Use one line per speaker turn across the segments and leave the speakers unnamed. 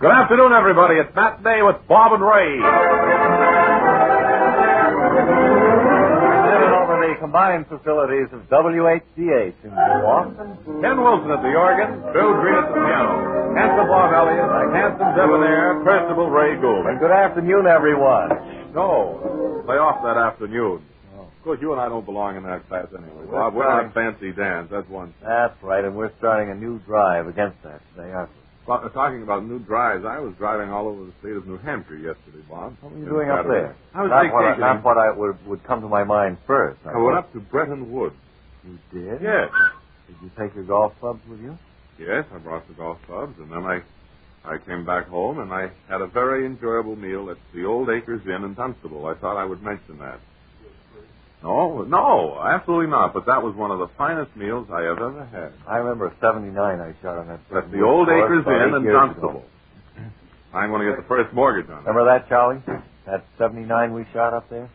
Good afternoon, everybody. It's Matinee with Bob and Ray.
Presented over the combined facilities of WHCH in Boston.
Ken Wilson at the organ, Drew Green at the piano, handsome Bob Elliott, handsome debonair, Percival Ray
And
Goulding.
good afternoon, everyone.
No, play off that afternoon. Of course, you and I don't belong in that class anyway, Bob. We're not fancy dance. That's one.
That's right, and we're starting a new drive against that today, aren't we?
Well, Talking about new drives, I was driving all over the state of New Hampshire yesterday, Bob.
What were you doing up there?
I was
not what I,
vacationing.
not what I would, would come to my mind first.
I went up to Bretton Woods.
You did?
Yes.
Did you take your golf clubs with you?
Yes, I brought the golf clubs, and then I, I came back home, and I had a very enjoyable meal at the Old Acres Inn in Dunstable. I thought I would mention that. No, no, absolutely not. But that was one of the finest meals I have ever had.
I remember 79 I shot on that.
At the Old Acres
course about
Inn
eight
in
years
Dunstable.
ago.
I'm going to get the first mortgage on it.
Remember that, Charlie? That 79 we shot up there?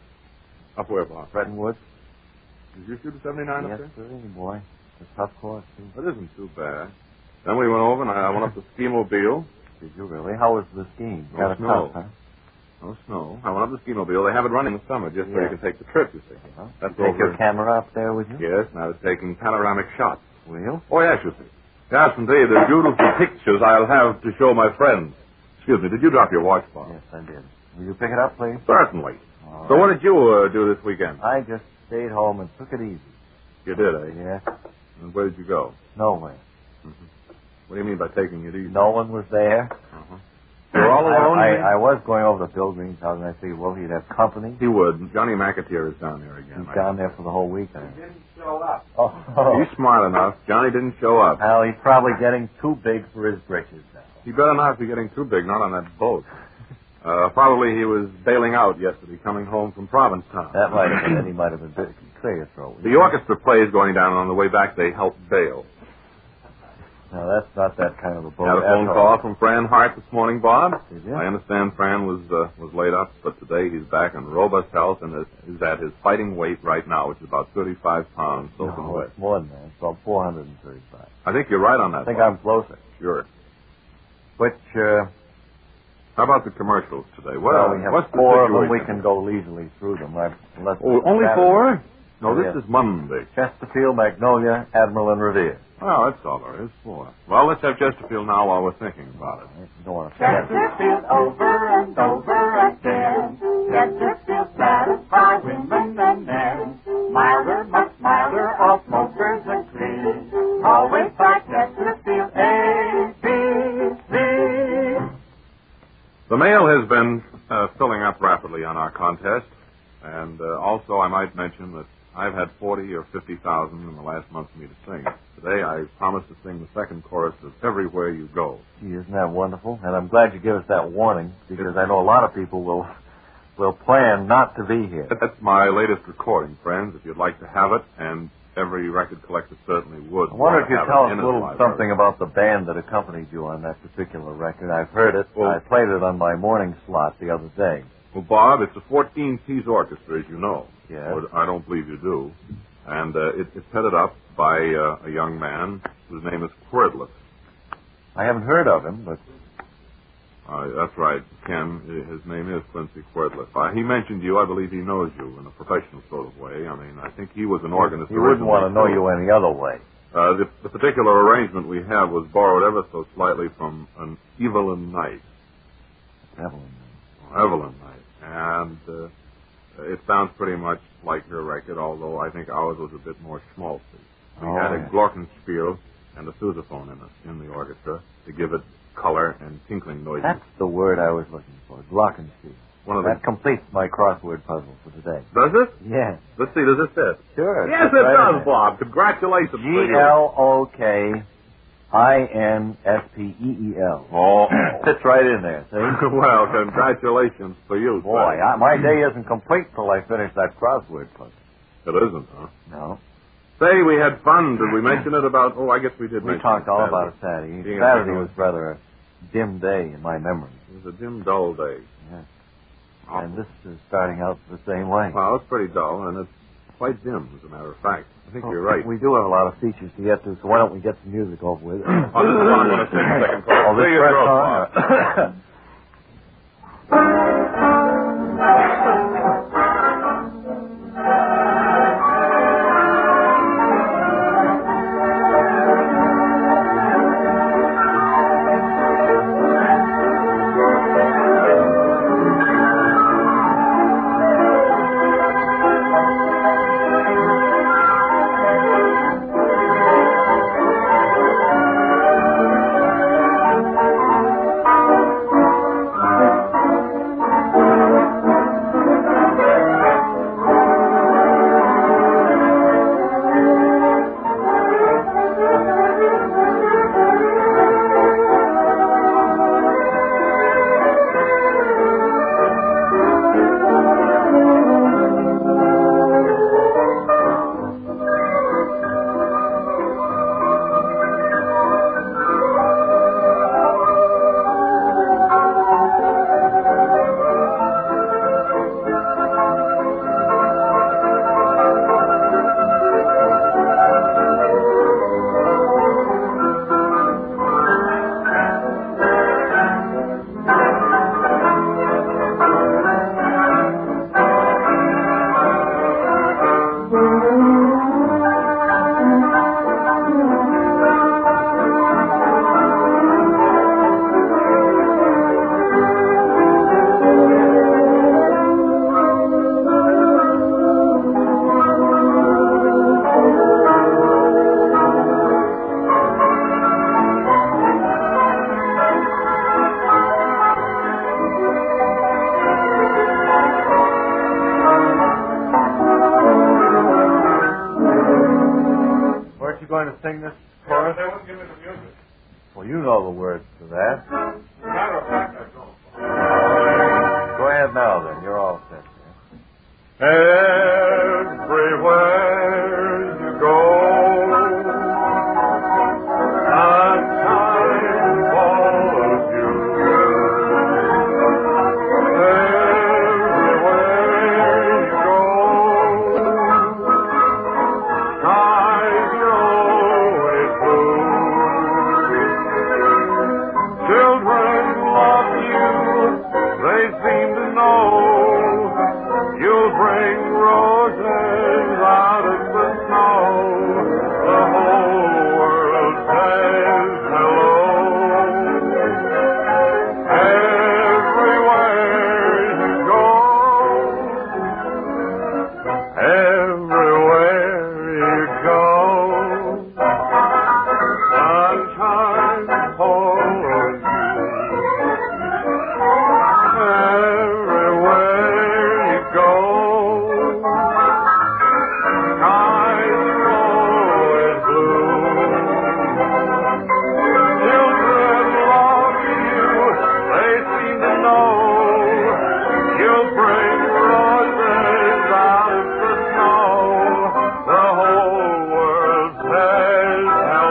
Up where, Bob?
Bretton Woods?
Did you shoot a 79 up
yes,
there?
sir, boy. It's a tough course, too.
That isn't too bad. Then we went over, and I I went up to Skimobile.
Did you really? How was the skiing?
No
Got it
snow.
tough, huh?
No Oh, snow. I went up to Skimobile. They have it running in the summer just so
Yeah.
you can take the trip, you see.
Well,
That's
Take
over.
your camera up there with you?
Yes, and I was taking panoramic shots.
Will?
Oh, yes, you see. Yes, indeed. They're beautiful pictures I'll have to show my friends. Excuse me, did you drop your watch, Bob?
Yes, I did. Will you pick it up, please?
Certainly.
All
So
right.
what did you uh, do this weekend?
I just stayed home and took it easy.
You did, eh?
Yeah.
And where did you go?
Nowhere.
What do you mean by taking it easy?
No one was there.
Uh-huh. You were all
I-
alone?
I,
you mean?
I, was going over to Bill Green's house, and I figured, well, he'd have company.
He would. Johnny McAteer is down there again.
He's
I-
down there for the whole weekend.
didn't show up.
Oh,
He's smart enough. Johnny didn't show up.
well, he's probably getting too big for his britches now.
He better not be getting too big, not on that boat. Uh, probably he was bailing out yesterday, coming home from Provincetown.
That might have been. He might have been bit- clear your throat.
The orchestra plays going down, and on the way back, they helped bail.
No, that's not that kind of a boat.
Had a phone
at all.
call from Fran Hart this morning, Bob.
Did you?
I understand Fran was uh, was laid up, but today he's back in robust health and is, is at his fighting weight right now, which is about 35 pounds soaking
No,
wet.
it's more than that. It's about 435.
I think you're right on that.
I think
Bob.
I'm closer.
sure.
Which, uh,
How about the commercials today? What
well, we have
what's
four of
the
them. We
situation?
can go leisurely through them. I've left
Oh, only
Saturday.
four? No, this
Yes.
is Monday.
Chesterfield, Magnolia, Admiral, and Revere.
Oh, that's all there is. Four. Well, let's have Chesterfield now while we're thinking about it.
You don't want to forget it.
Chesterfield over and over again. Chesterfield satisfy women and men. Milder, much milder, all smokers agree. Always by Chesterfield A, B, C.
The mail has been uh, filling up rapidly on our contest, and uh, also I might mention that I've had forty or fifty thousand in the last month for me to sing. Today I promised to sing the second chorus of "Everywhere You Go."
Gee, isn't that wonderful? And I'm glad you gave us that warning because I know a lot of people will will plan not to be here.
That's my latest recording, friends. If you'd like to have it, and every record collector certainly would.
I wonder
want
if
to
you'd
have
tell
it
us
in
a
his
little
library.
something about the band that accompanied you on that particular record. I've heard it.
Well-
I played it on my morning slot the other day.
Well, Bob, it's a 14-piece orchestra, as you know.
Yeah.
Or I don't believe you do. And uh, it, it's headed up by uh, a young man whose name is Quirtlet.
I haven't heard of him, but
Uh, that's right, Ken. His name is Quincy Quirtliff. Uh, he mentioned you. I believe he knows you in a professional sort of way. I mean, I think he was an organist.
he wouldn't want to know
originally,
you any other way.
too. Uh, the, the particular arrangement we have was borrowed ever so slightly from an Evelyn Knight,
Evelyn.
or Evelyn Knight, and uh, it sounds pretty much like your record, although I think ours was a bit more schmaltzy. We
Oh,
had a
yeah.
glockenspiel and a sousaphone in it, in the orchestra to give it color and tinkling noises.
That's the word I was looking for. Glockenspiel.
One of the
That completes my crossword puzzle for today.
does it?
Yes,
Let's see, does it fit?
sure.
Yes,
Just
it
right in
does,
there.
Bob. Congratulations.
G L O K I N S P E E L.
Oh.
Fits right in there, see?
well, congratulations for you.
Boy, I, my day isn't complete till I finish that crossword puzzle.
It isn't, huh?
No.
Say, we had fun. Did we mention it about... Oh, I guess we did
We
mention
talked
it
all
Saturday.
about it Saturday.
Yeah,
Saturday
yeah.
was rather a dim day in my memory.
It was a dim, dull day.
Yeah.
Oh.
And this is starting out the same way.
Well, it's pretty dull, and it's
quite dim, as a matter of fact. I think you're right.
We do have a lot of features to get to, so why don't we get the music over with?
Oh, I'm going to take a second call.
Oh, this
Clear your
first
throat,
song?
Bob.
Weren't you going to sing this chorus?
They wouldn't give me the music.
Well, you know the words to that.
As a matter of fact, I don't.
Go ahead now, then. You're all set.
Everywhere you go, sunshine follows you. Everywhere you go, skies are always blue. Children love you, they seem to know. You'll bring roses out of the snow. The whole world says hello. Everywhere you go, everywhere you go, sunshine follows you. Everywhere you go, skies always blue. Children love you; they seem to know. You'll bring roses out of the snow. The whole world says hello.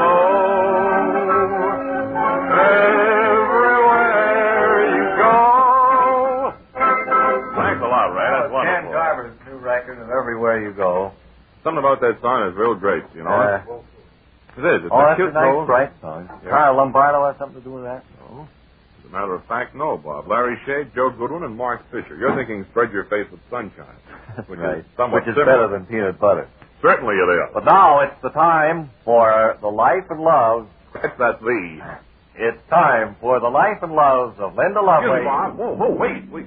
Everywhere you go.
Thanks a lot, Ray. That's
Oh, Dan
wonderful.
Garber's new record of Everywhere You Go.
Something about that song is real great, you know.
Uh,
it is. It's
oh,
a
that's
cute
a nice,
little-
bright song.
Yeah.
Carl Lombardo has something to do with that?
No. As a matter of fact, no, Bob. Larry Shade, Joe Goodwin, and Mark Fisher. You're thinking Spread Your Face with Sunshine. Which is
right.
somewhat
Which is
similar.
better than peanut butter.
Certainly it is.
But now it's the time for the life and loves.
That's that Lee.
It's time for the life and loves of Linda
Excuse
Lovelace.
me, Bob. Whoa, whoa, wait, wait.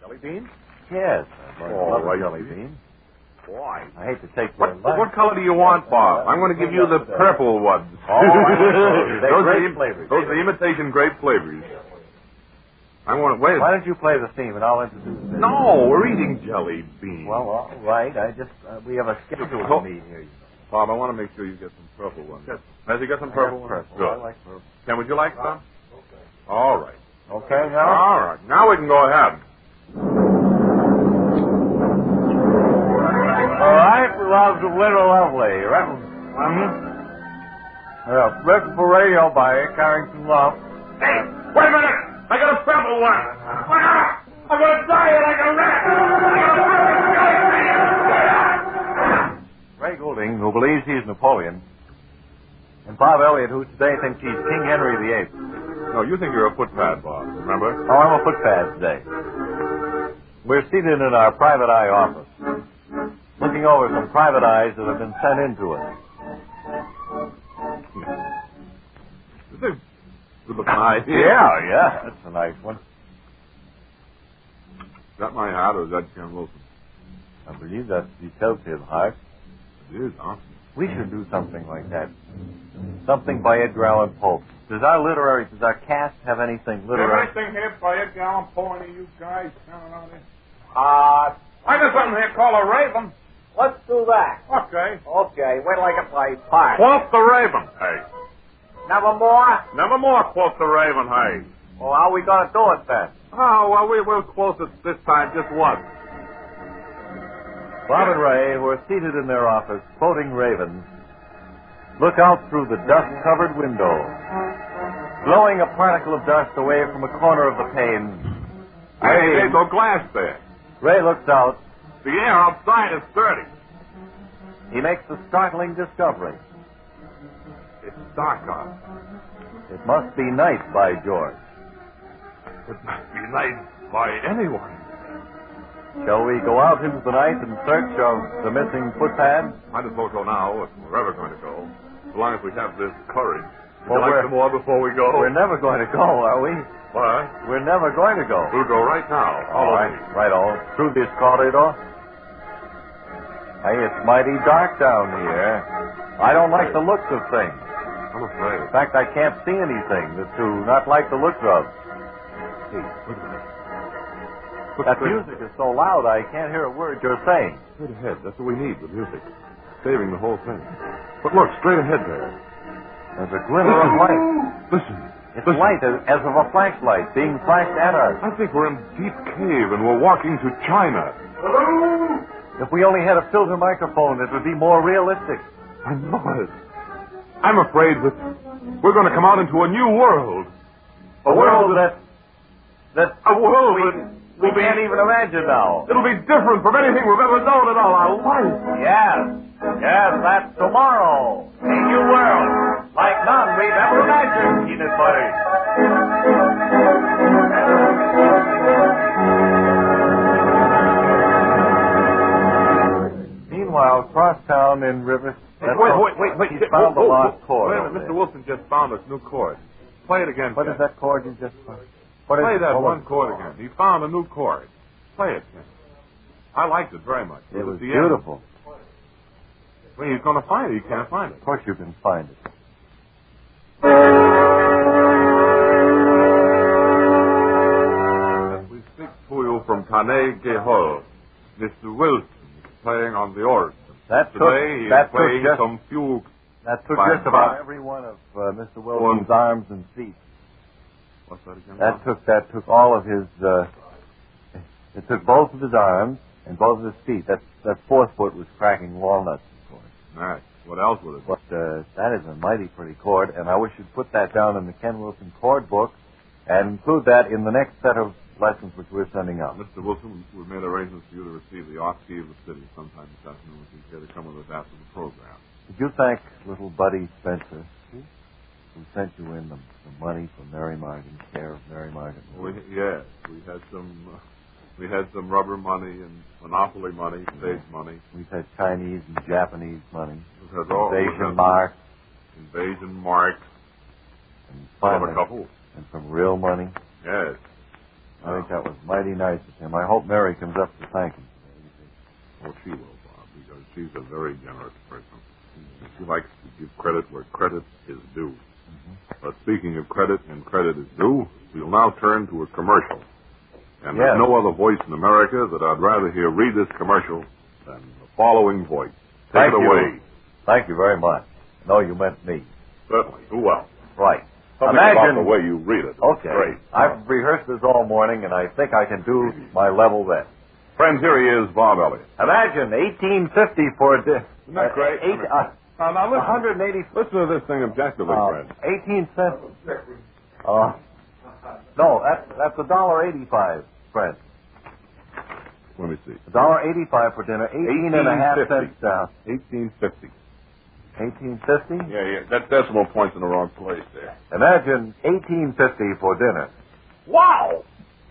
Jelly bean?
Yes, I'd like to
All
love a
right.
jelly bean.
Why?
I hate to take their
Oh, What,
lunch.
what color do you want, Bob? I'm going to give you the purple ones.
Oh, I like those. They're
Those are
grape
im-
flavored.
Those are imitation grape flavors. I want to wait.
Why don't you play the theme and I'll introduce it?
No, we're eating jelly beans.
Well, all right. I just uh, we have a schedule
Oh.
to meet here. you
Bob, I want to make sure you get some purple ones. Has he got some
know.
purple
I
ones?
got purple. I
Good.
like purple.
Ken, would you like some? All right.
Okay, now.
All right. Now we can go ahead.
All right, loves of Little Lovely. Record,
Mm-hmm.
um, uh, record for radio by Carrington Love.
Hey, wait a minute. I got a purple one. Look out. I'm going to die like a rat. I got a purple jelly bean.
who believes he's Napoleon, and Bob Elliott, who today thinks he's King Henry VIII.
No, you think you're a footpad, Bob, remember?
Oh, I'm a footpad today. We're seated in our private eye office, looking over some private eyes that have been sent into us.
This is a good looking idea.
Yeah, yeah, that's a nice one.
Is that my hat or is that Jim Wilson?
I believe that's the Celsius heart.
It is, huh?
We should do something like that. Something by Edgar Allan Poe. Does our literary, does our cast have anything literary?
Everything here by Edgar Allan Poe, any of you guys down on it?
Uh,
I got something here called a raven.
let's do that.
Okay.
Okay, wait till I get my part.
Quoth the raven. Hey.
Never more?
Never more quoth the raven. Hey.
Well, how are we going to do it then?
Oh, well, we were close at this time, just once.
Bob and Ray were seated in their office quoting Raven. Look out through the dust covered window. Blowing a particle of dust away from a corner of the pane,
Hey, there's no glass there.
Ray looks out.
The air outside is dirty.
He makes a startling discovery.
It's dark out.
It must be night by George.
It must be night by anyone.
Shall we go out into the night in search of the missing footpad?
Might as well go now, if we're ever going to go. As long as we have this courage. Would
Well,
you like
we're-
some more before we go?
We're never going to go, are we?
Why?
We're never going to go.
We'll go right now.
All right, right on. Through this corridor. Hey, it's mighty dark down here. I don't like the looks of things.
I'm
In
afraid.
fact, I can't see anything that to not like the looks
Hey,
of.
wait a minute.
That music is so loud I can't hear a word you're saying.
Straight ahead. That's what we need, the music. Saving the whole thing. But look, straight ahead there.
There's a glimmer of light.
Listen.
It's
Listen.
light as, as of a flashlight being flashed at us.
I think we're in deep cave and we're walking to China.
If we only had a filter microphone, it would be more realistic.
I know it. I'm afraid that we're going to come out into a new world.
A world that that
A world that
we
will be.
can't even imagine now.
It'll be different from anything we've ever known in all our life.
Yes. Yes, that's tomorrow. A new world. Like none we've ever imagined, peanut butter. Meanwhile, across town in River. He's found the lost chord.
Wait a minute. Mr. Wilson just found this new chord. Play it again.
What is
Ken.
that chord you just What is
Play that
hold
one
on.
chord again. He found a new chord. Play it, Ken. I liked it very much.
It was
at the end.
beautiful.
Well, he's going to find it. He can't find it.
Of course you can find it.
As we speak to you from Carnegie Hall, Mr. Wilson is playing on the organ.
That took,
Today he is
that took
playing
just
some fugue.
That took
By
just about
far.
every one of uh, Mr. Wilson's arms and feet.
What's that again?
That took that took all of his. Uh, it took both of his arms and both of his feet. That that fourth foot was cracking walnuts, of course.
Nice. What else would it be?
But uh, that is a mighty pretty chord, and I wish you'd put that down in the Ken Wilson chord book, and include that in the next set of lessons which we're sending out.
Mr. Wilson, we've made arrangements for you to receive the off key of the city sometime this afternoon if you're here to come with us after the program.
Did you thank little Buddy Spencer, who sent you in the, the money for Mary Martin, care of Mary Martin?
We, yes, we had some, uh, we had some rubber money and monopoly money, stage money.
We've had Chinese and Japanese money,
We've had all we
invasion
had
mark,
invasion mark.
and
Another
finally,
couple.
and some real money.
Yes.
I think that was mighty nice of him. I hope Mary comes up to thank him.
Well, she will, Bob, because she's a very generous person. She likes to give credit where credit is due.
Mm-hmm.
But speaking of credit and credit is due, we'll now turn to a commercial. And there's
Yes.
no other voice in America that I'd rather hear read this commercial than the following voice. Take
Thank
it
you.
away.
Thank you very much. No, you meant me.
Certainly. Who else?
Right.
Something
Imagine-
about the way you read it.
Okay.
Great.
I've rehearsed this all morning, and I think I can do my level best.
Friends, here he is, Bob Elliott.
Imagine 1850 for a di-
Isn't that great?
uh, Eight, uh,
Now, now
180
Listen to this thing objectively,
uh,
friends.
18 cents. Uh, no, that's that's a dollar 85, Fred.
Let me see.
A dollar 85 for dinner. 18 and a half
18.50.
cents down.
1850.
1850?
Yeah, yeah. That decimal point's in the wrong place there.
Imagine 1850 for dinner.
Wow!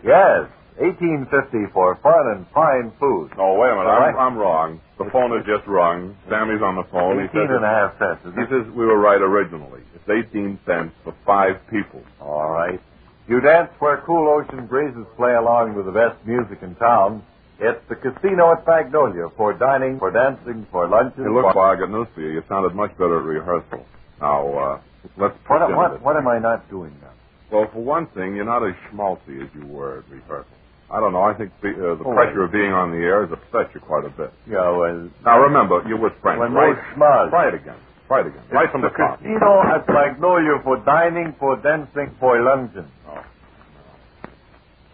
Yes, 1850 for fun and fine food.
No, wait a minute.
All right.
I'm, I'm wrong. The phone has just rung. Sammy's on the phone. He
18
says,
and a half cents,
he
isn't it?
says we were right originally. It's 18 cents for five people.
All right. You dance where cool ocean breezes play along with the best music in town. It's the casino at Magnolia for dining, for dancing, for lunches.
Hey, look,
for...
Bob, I got news for you. You sounded much better at rehearsal. Now, uh, let's
What,
pretend
what,
that-
what am I not doing now?
Well, for one thing, you're not as schmaltzy as you were at rehearsal. I don't know. I think the, uh, the
Oh,
pressure of being on the air has upset you quite a bit.
Yeah, well,
Now, remember, you're with Frank,
when
right?
we're schmuzzed.
Try it again. Try it again. Right from the,
the
top.
casino at Magnolia for dining, for dancing, for luncheon.
Oh.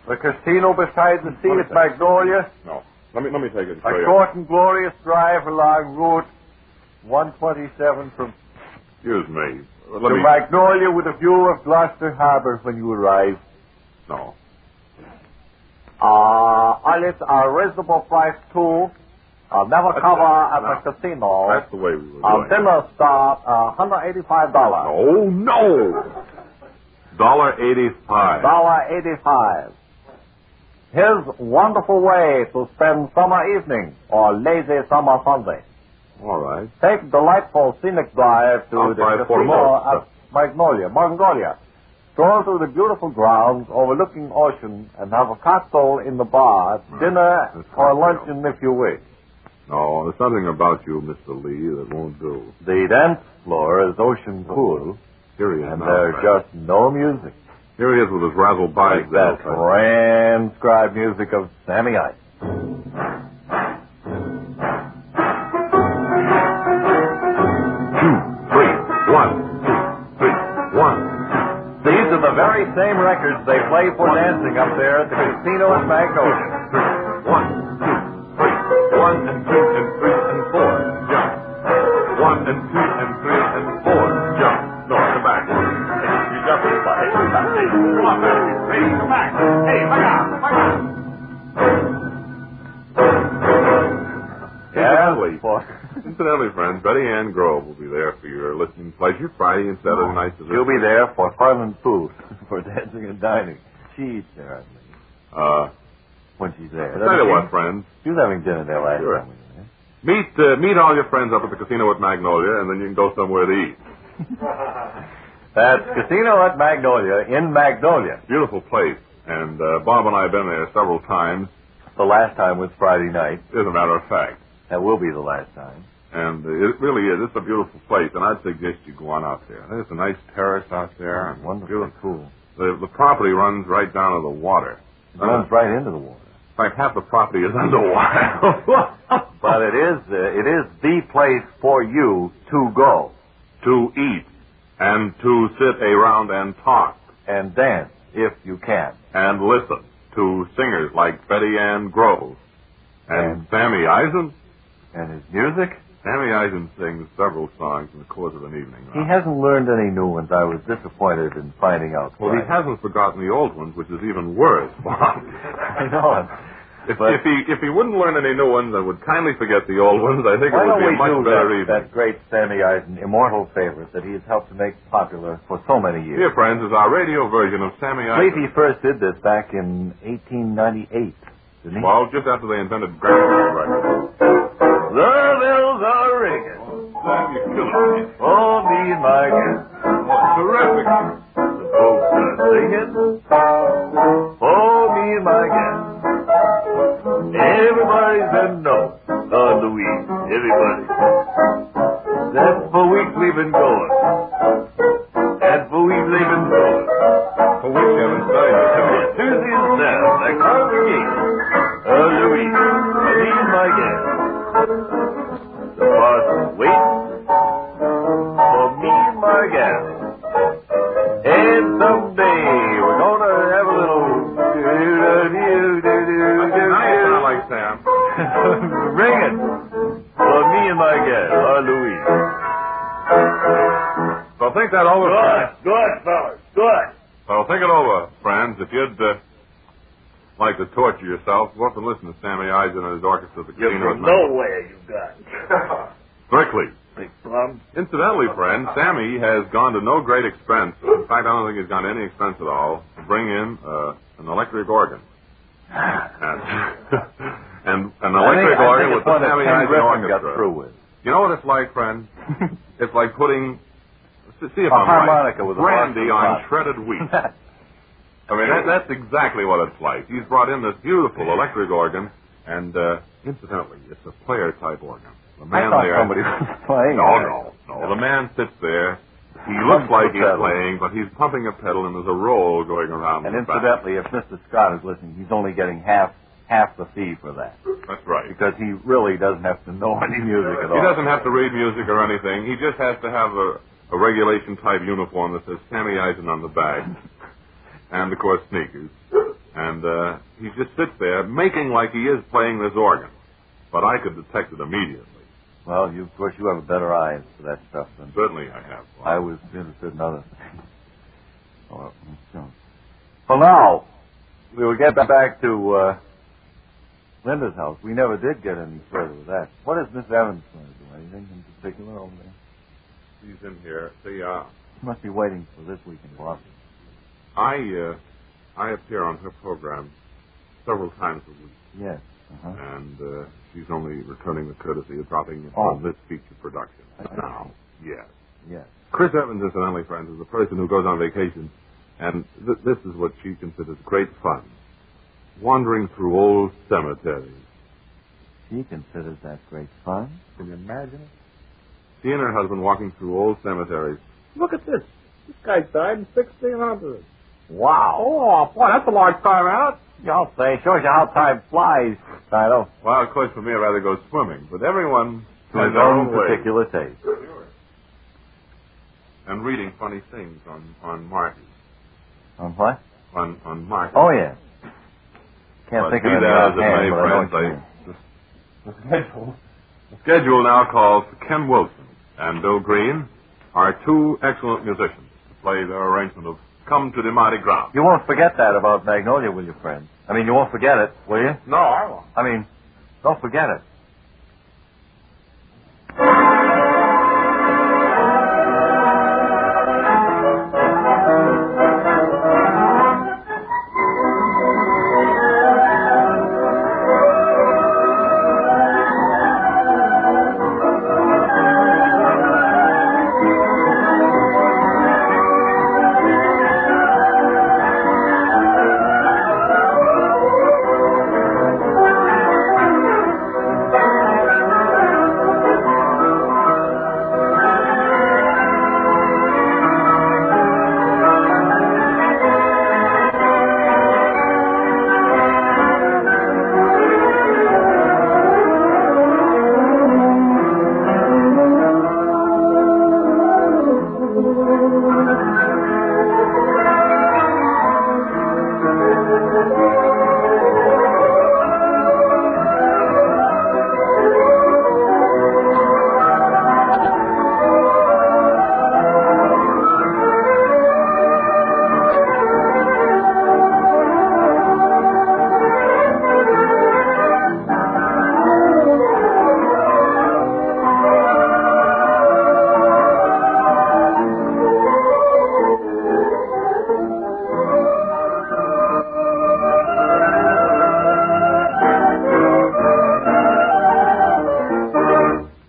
The casino beside the sea
What is that?
at Magnolia,
No. Let me, let me take it. and
a
show you.
short and glorious drive along Route 127 from
Excuse me. Let
to
me...
Magnolia with a view of Gloucester Harbor when you arrive.
No.
Uh, and it's a reasonable price, too. I'll never
That's
cover
it.
at
No.
the casino.
That's the way we were
Uh,
A
doing it.
dinner start, uh,
No,
$185.
no. Dollar eighty-five.
$1.85.
His
Wonderful way to spend summer evening or lazy summer Sunday.
All right.
Take delightful scenic drive to
Out
the
by
casino
Formosa.
at Magnolia, Mongolia. Stroll through the beautiful grounds overlooking ocean and have a cocktail in the bar,
Right.
dinner
That's
or
cocktail.
luncheon if you wish.
No, there's something about you, Mr. Lee, that won't do.
the dance floor is ocean
Oh.
cool,
Here he is.
and
now,
there's
Frank.
just no music
Here he is with his razzle
like that transcribed music of Sammy Ice.
Two, three, one, two, three, one.
These are the very same records they play for dancing up there at the casino at Magnolia.
One, two, three, one and two and three and four. Jump. One and two and three and four. Jump. No, in the back. You jump in the back. Come on, back. Hey, come back. Hey, back out. Back out. Incidentally,
boy.
incidentally, friends, Betty Ann Grove will be there for your listening pleasure Friday and Saturday nights. of this
You'll be
week.
there for fun and food, for dancing and dining. She's there, I believe,
Uh,
when she's there.
tell you what, friends.
She was having dinner there last
Sure.
time we were there.
Meet uh, meet all your friends up at the casino at Magnolia, and then you can go somewhere to eat.
That's Casino at Magnolia in Magnolia.
Beautiful place. And uh, Bob and I have been there several times,
The last time was Friday night.
as a matter of fact.
That will be the last time.
And it really is. It's a beautiful place, and I'd suggest you go on out there. There's a nice terrace out there. and
Oh, Wonderful. Cool.
The, the property runs right down to the water.
It runs right into the water.
In fact, half the property is underwater.
But it is uh, it is the place for you to go
to eat and to sit around and talk
and dance if you can.
and listen to singers like Betty Ann Grove and Sammy Eisen.
And his music?
Sammy Eisen sings several songs in the course of an evening.
He hasn't learned any new ones. I was disappointed in finding out.
Well, he
why.
hasn't forgotten the old ones, which is even worse. Bob.
I know him.
If,
But-
if he if he wouldn't learn any new ones and would kindly forget the old ones, I think it
Why
would
don't
be
we
a much
do
better
that,
evening.
that great Sammy Eisen immortal favorite that he has helped to make popular for so many years?
Here, friends, is our radio version of Sammy
I believe
Eisen.
he first did this back in 1898, didn't he?
Well, just after they invented gramophone records.
the bells are ringing.
Sam, you're killing me.
Oh, me and my guest.
Oh, terrific.
The folks are singing. Oh, me and my guest. Everybody's been known on the week. Everybody. That's for weeks we've been going. And for weeks they've been going.
For which you haven't studied the
Tuesday
show.
and Saturday, the congregation of the week. Me and my guest. The parson waits for me and my guest. And someday we're going to have a little.
Now you sound like Sam.
Ring it for me and my guest, our Louise.
So think that over. friends.
good, fellas, good.
So think it over, friends. If you'd uh, like to torture yourself, go up and listen to Sammy Eisen and his orchestra, at the Casino at Night.
way you got.
Strictly
Big plum.
Incidentally, friend, Sammy has gone to no great expense. In fact, I don't think he's gone to any expense at all to bring in uh, an electric organ. and an electric organ with the Sammy Eisen
got
orchestra.
through with.
You know what it's like, friend? it's like putting see if
A
I'm right,
harmonica with a
brandy
harmonica.
on shredded wheat. I mean, that, that's exactly what it's like. He's brought in this beautiful electric organ, and uh, incidentally, it's a player type organ. The
I
man
thought
there.
somebody was playing.
No,
on it.
no, no. The man sits there. He looks like he's
pedal.
playing, but he's pumping a pedal, and there's a roll going around.
And
his back.
incidentally, if Mr. Scott is listening, he's only getting half half the fee for that
that's right.
because he really doesn't have to know any music at all.
He doesn't have to read music or anything. He just has to have a, a regulation type uniform that says Sammy Eisen on the back, and of course sneakers. And uh, he just sits there making like he is playing this organ, but I could detect it immediately.
Well, you of course you have a better eye for that stuff than
Certainly, I have.
I was interested in other things. Well, so- Well, now we will get back to uh, Linda's house. We never did get any further with that. What is Miss Evans going to do? Anything in particular over there?
He's in here. See, uh,
She must be waiting for this week in Boston.
I uh, I appear on her program several times a week,
Yes. Uh-huh.
and uh, she's only returning the courtesy of dropping in
Oh.
on this feature production.
I-
Now, yes.
Yes.
Chris Evans, incidentally, friends, is a person who goes on vacation, and th- this is what she considers great fun wandering through old cemeteries.
She considers that great fun.
Can you imagine it? She and her husband walking through old cemeteries. Look at this. This guy died in 1600.
Wow.
Oh, boy, that's a large time out.
Y'all say shows you how time flies, Fido.
Well, of course, for me, I'd rather go swimming, but everyone has
His
their own
own
way.
particular taste.
And reading funny things on, on Martin.
On what?
On, on Martin.
Uh-huh. Oh yeah. Can't
But
think
be
of it
that as it
offhand,
may,
but I know what you
friends,
mean.
The schedule. The schedule now calls for Ken Wilson and Bill Green, are two excellent musicians, to play their arrangement of Come to the Mardi Gras.
You won't forget that about Magnolia, will you, friend? I mean, you won't forget it, will you?
No, I won't.
I mean, don't forget it.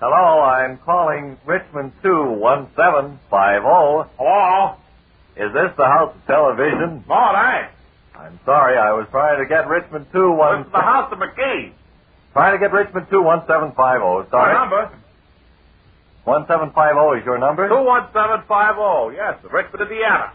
Hello, I'm calling Richmond 21750.
Hello?
oh. Is this the house of television?
No, it ain't.
I'm sorry, I was trying to get Richmond
This is the
217...
house of McKee.
Trying to get Richmond 21750,
My
oh, sorry.
number?
1750 is your number?
21750. oh. Yes, Richmond, Indiana.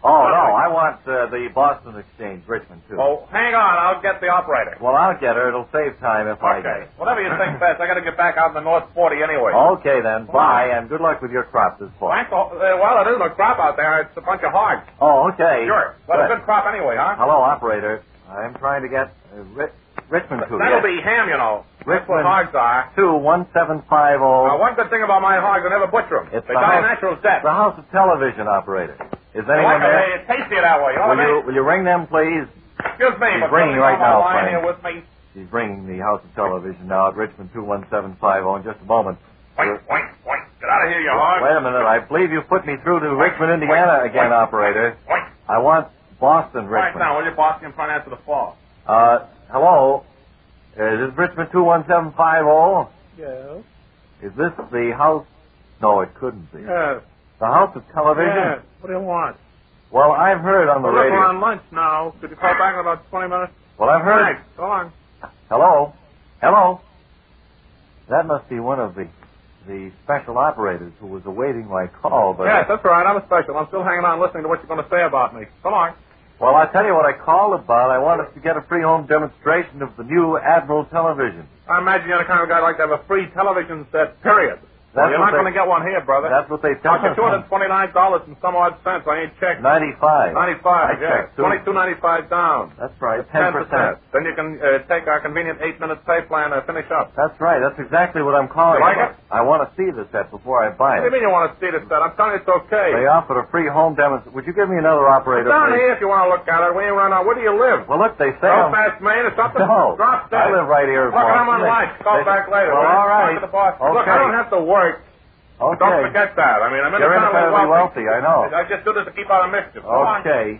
Oh, no, I want uh, the Boston Exchange, Richmond 2.
Oh, hang on. I'll get the operator.
Well, I'll get her. It'll save time if I get
Okay.
it.
Whatever you think best. I got to get back out in the North 40 anyway.
Okay, then. Bye, and good luck with your crop this fall.
Thanks. for- uh, Well, it isn't a crop out there. It's a bunch of hogs.
Oh, okay.
Sure. What a good crop anyway, huh?
Hello, operator. I'm trying to get uh, Ri- Richmond 2.
That'll be ham, you know. That's what
Richmond.
hogs are.
21750.
Now, one good thing about my hogs, I never butcher them.
Oh. It's
they
the
die a
house-
natural death.
the House of Television operator. Is
They
anyone
like it.
there?
They- It's tasty that way. You
Will
know what I
you,
mean?
will you ring them, please?
Excuse me,
He's
but
ringing
something
right
on the
now,
line
Frank.
here with me.
He's bringing the House of Television now at Richmond 21750 in just a moment.
Oink, oink, oink. Get out of here, you hog.
Wait a minute. I believe you put me through to Richmond, Indiana again, operator.
Oink.
I want Boston,
All right,
Richmond.
now, will you boss him front after the fall?
Uh, hello? Uh, Is this Richmond 21750?
Yes.
oh? Is this the house? No, it couldn't be.
Yes.
The house of television?
Yes. What do you want?
Well, I've heard on the
Well, look,
radio.
we're on lunch now. Could you call back in about 20 minutes?
Well, I've
All
heard.
right. So long.
Hello? Hello? That must be one of the the special operators who was awaiting my call, but uh,
Yes, that's all right. I'm a special. I'm still hanging on listening to what you're going to say about me. So long.
well I'll tell you what I called about. I wanted to get a free home demonstration of the new Admiral television.
I imagine you're the kind of guy who'd like to have a free television set, period.
That's
well, you're
what
not
they-
going to get one here, brother.
That's what they tell
I'll get you one at twenty-nine dollars and some odd cents. I ain't checked.
Ninety five. I
Ninety-five, yeah.
checked, too.
Twenty-two ninety-five down.
That's right. Ten
Ten percent. Then you can uh, take our convenient eight-minute pay plan and finish up.
That's right. That's exactly what I'm calling.
You
about.
like it?
I want to see the set before I buy
What do
it.
you mean you want to see this set? I'm telling you it's
They
okay.
offered a free home demonstration. Would you give me another operator?
It's down
please?
here if you want to look at it. We ain't run out. Where do you live?
Well, look, they say. I'm-
South Fast Maine or something?
No.
Drop
I
dead.
live right here. in
Look, I'm on
Boston.
lunch. Call
They-
back later.
Well,
will
all
you?
right.
Talk to the boss.
Okay.
Look, I don't have to work.
Okay.
Don't forget that. I mean, I'm in
You're
a town
incredibly
with
wealthy, I know.
I just do this to keep out of mischief. Come on.
Okay.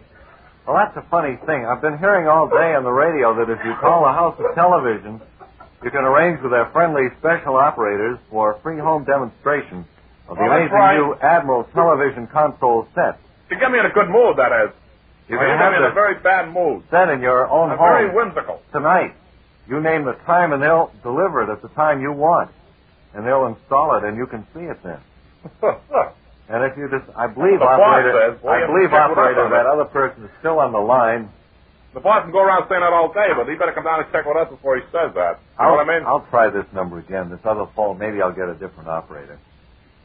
Well, that's a funny thing. I've been hearing all day on the radio that if you call the House of Television, you can arrange with their friendly special operators for a free home demonstration of the
Well, that's
amazing
right.
new Admiral television console set.
You get me in a good mood, that is.
You
Well,
can have
you got me in a
the
very bad mood.
set in your own
I'm very
home
whimsical.
tonight. You name the time and they'll deliver it at the time you want. And they'll install it and you can see it then.
All
And if you just, I believe,
The boss
operator,
says, well,
I
you
believe,
check with us
operator,
on
that
it.
other person is still on the line.
The boss can go around saying that all day, but he better come down and check with us before he says that. You know what I mean?
I'll try this number again. This other phone, maybe I'll get a different operator.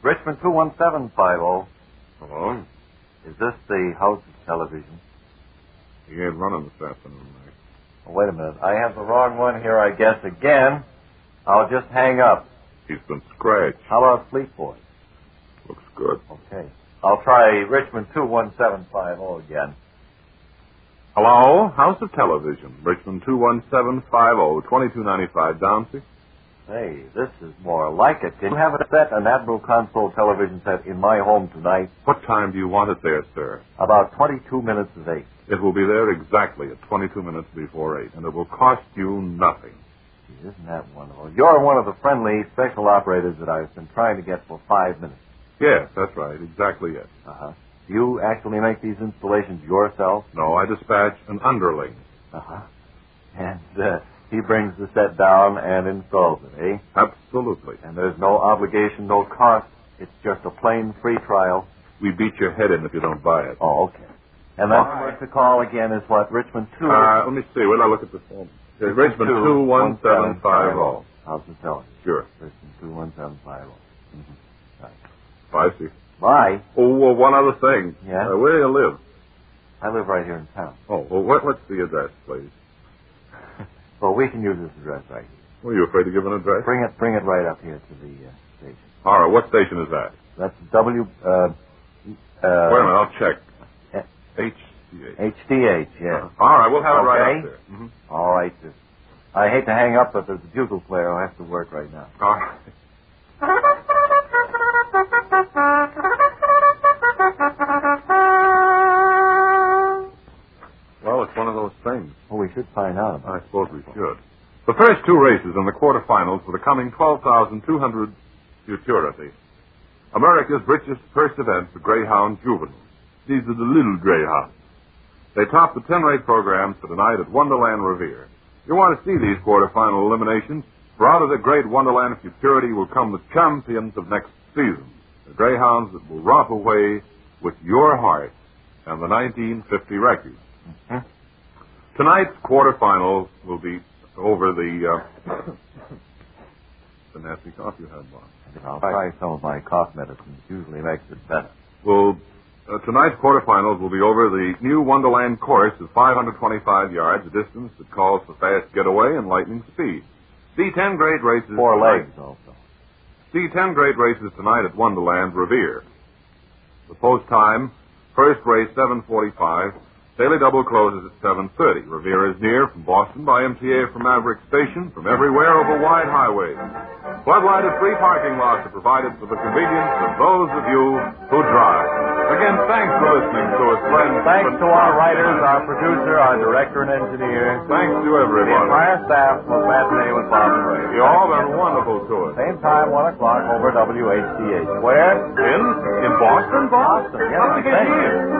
Richmond two one seven five zero.
Hello?
Is this the house of television?
You ain't running this afternoon, Mike.
Oh, wait a minute, I have the wrong one here. I guess again. I'll just hang up.
He's been scratched.
How about Fleet Boy?
Looks good.
Okay. I'll try Richmond two one seven five zero again.
Hello? House of Television, Richmond 21750, 2295 oh, Downsy.
Hey, this is more like it. Can you have a set, an Admiral console television set, in my home tonight?
What time do you want it there, sir?
About twenty-two minutes of eight.
It will be there exactly at 22 minutes before 8, and it will cost you nothing.
Gee, Isn't that wonderful? You're one of the friendly special operators that I've been trying to get for five minutes.
Yes, that's right. Exactly it.
Uh huh. Do you actually make these installations yourself?
No, I dispatch an underling.
Uh huh. And uh, he brings the set down and installs it, eh?
Absolutely.
And there's no obligation, no cost. It's just a plain free trial.
We beat your head in if you don't buy it.
Oh, okay. And that's what to call again is what Richmond two.
Uh, let me see. Well, I look at the form. It's Richmond 21750.
oh. How's it telling?
oh. Sure.
Richmond two one seven five zero. Mm-hmm.
Spicy.
Bye.
Oh, well, one other thing.
Yeah?
Uh, where do you live?
I live right here in town.
Oh, well, what, what's the address, please?
Well, we can use this address right here.
Were you afraid to give an address?
Bring it, bring it right up here to the uh, station.
All right, what station is that?
That's W. Uh, uh,
Wait a minute, I'll check.
Yeah.
HCA.
HDH. Yeah.
All right, we'll have it right
Okay.
out there. Mhm.
All right. sis. I hate to hang up, but there's a bugle player who has to work right now.
All right. Well, it's one of those things.
Well, we should find out about.
I suppose we should. The first two races in the quarterfinals for the coming 12,200 Futurity. America's richest first event for greyhound juveniles. These are the little greyhounds. They top the 10 rate programs for tonight at Wonderland Revere. You want to see these quarterfinal eliminations, for out of the great Wonderland of Futurity will come the champions of next season, the greyhounds that will romp away with your heart and the 1950 record.
Mhm.
Tonight's quarterfinals will be over the. Uh, the nasty cough you had, Bob.
it. I'll try some of my cough medicines. Usually makes it better.
Well, uh, tonight's quarterfinals will be over the new Wonderland course of 525 yards, a distance that calls for fast getaway and lightning speed. See 10 grade races.
Four
tonight-
legs also.
See 10 grade races tonight at Wonderland Revere. The post time, first race 745, Daily Double closes at 7.30. Revere is near from Boston by MTA from Maverick Station, from everywhere over wide highways. Floodlight and free parking lots are provided for the convenience of those of you who drive. Again, thanks for listening to us, friends.
Thanks to our writers, our producer, our director and engineer,
Thanks to
the
everybody.
entire staff of Matinee with Bob and Ray.
You all been wonderful to us.
Same time, 1 o'clock, over WHCH. Where?
In? In Boston, Bob?
Boston, yeah,
How'd you get
thank you.
here?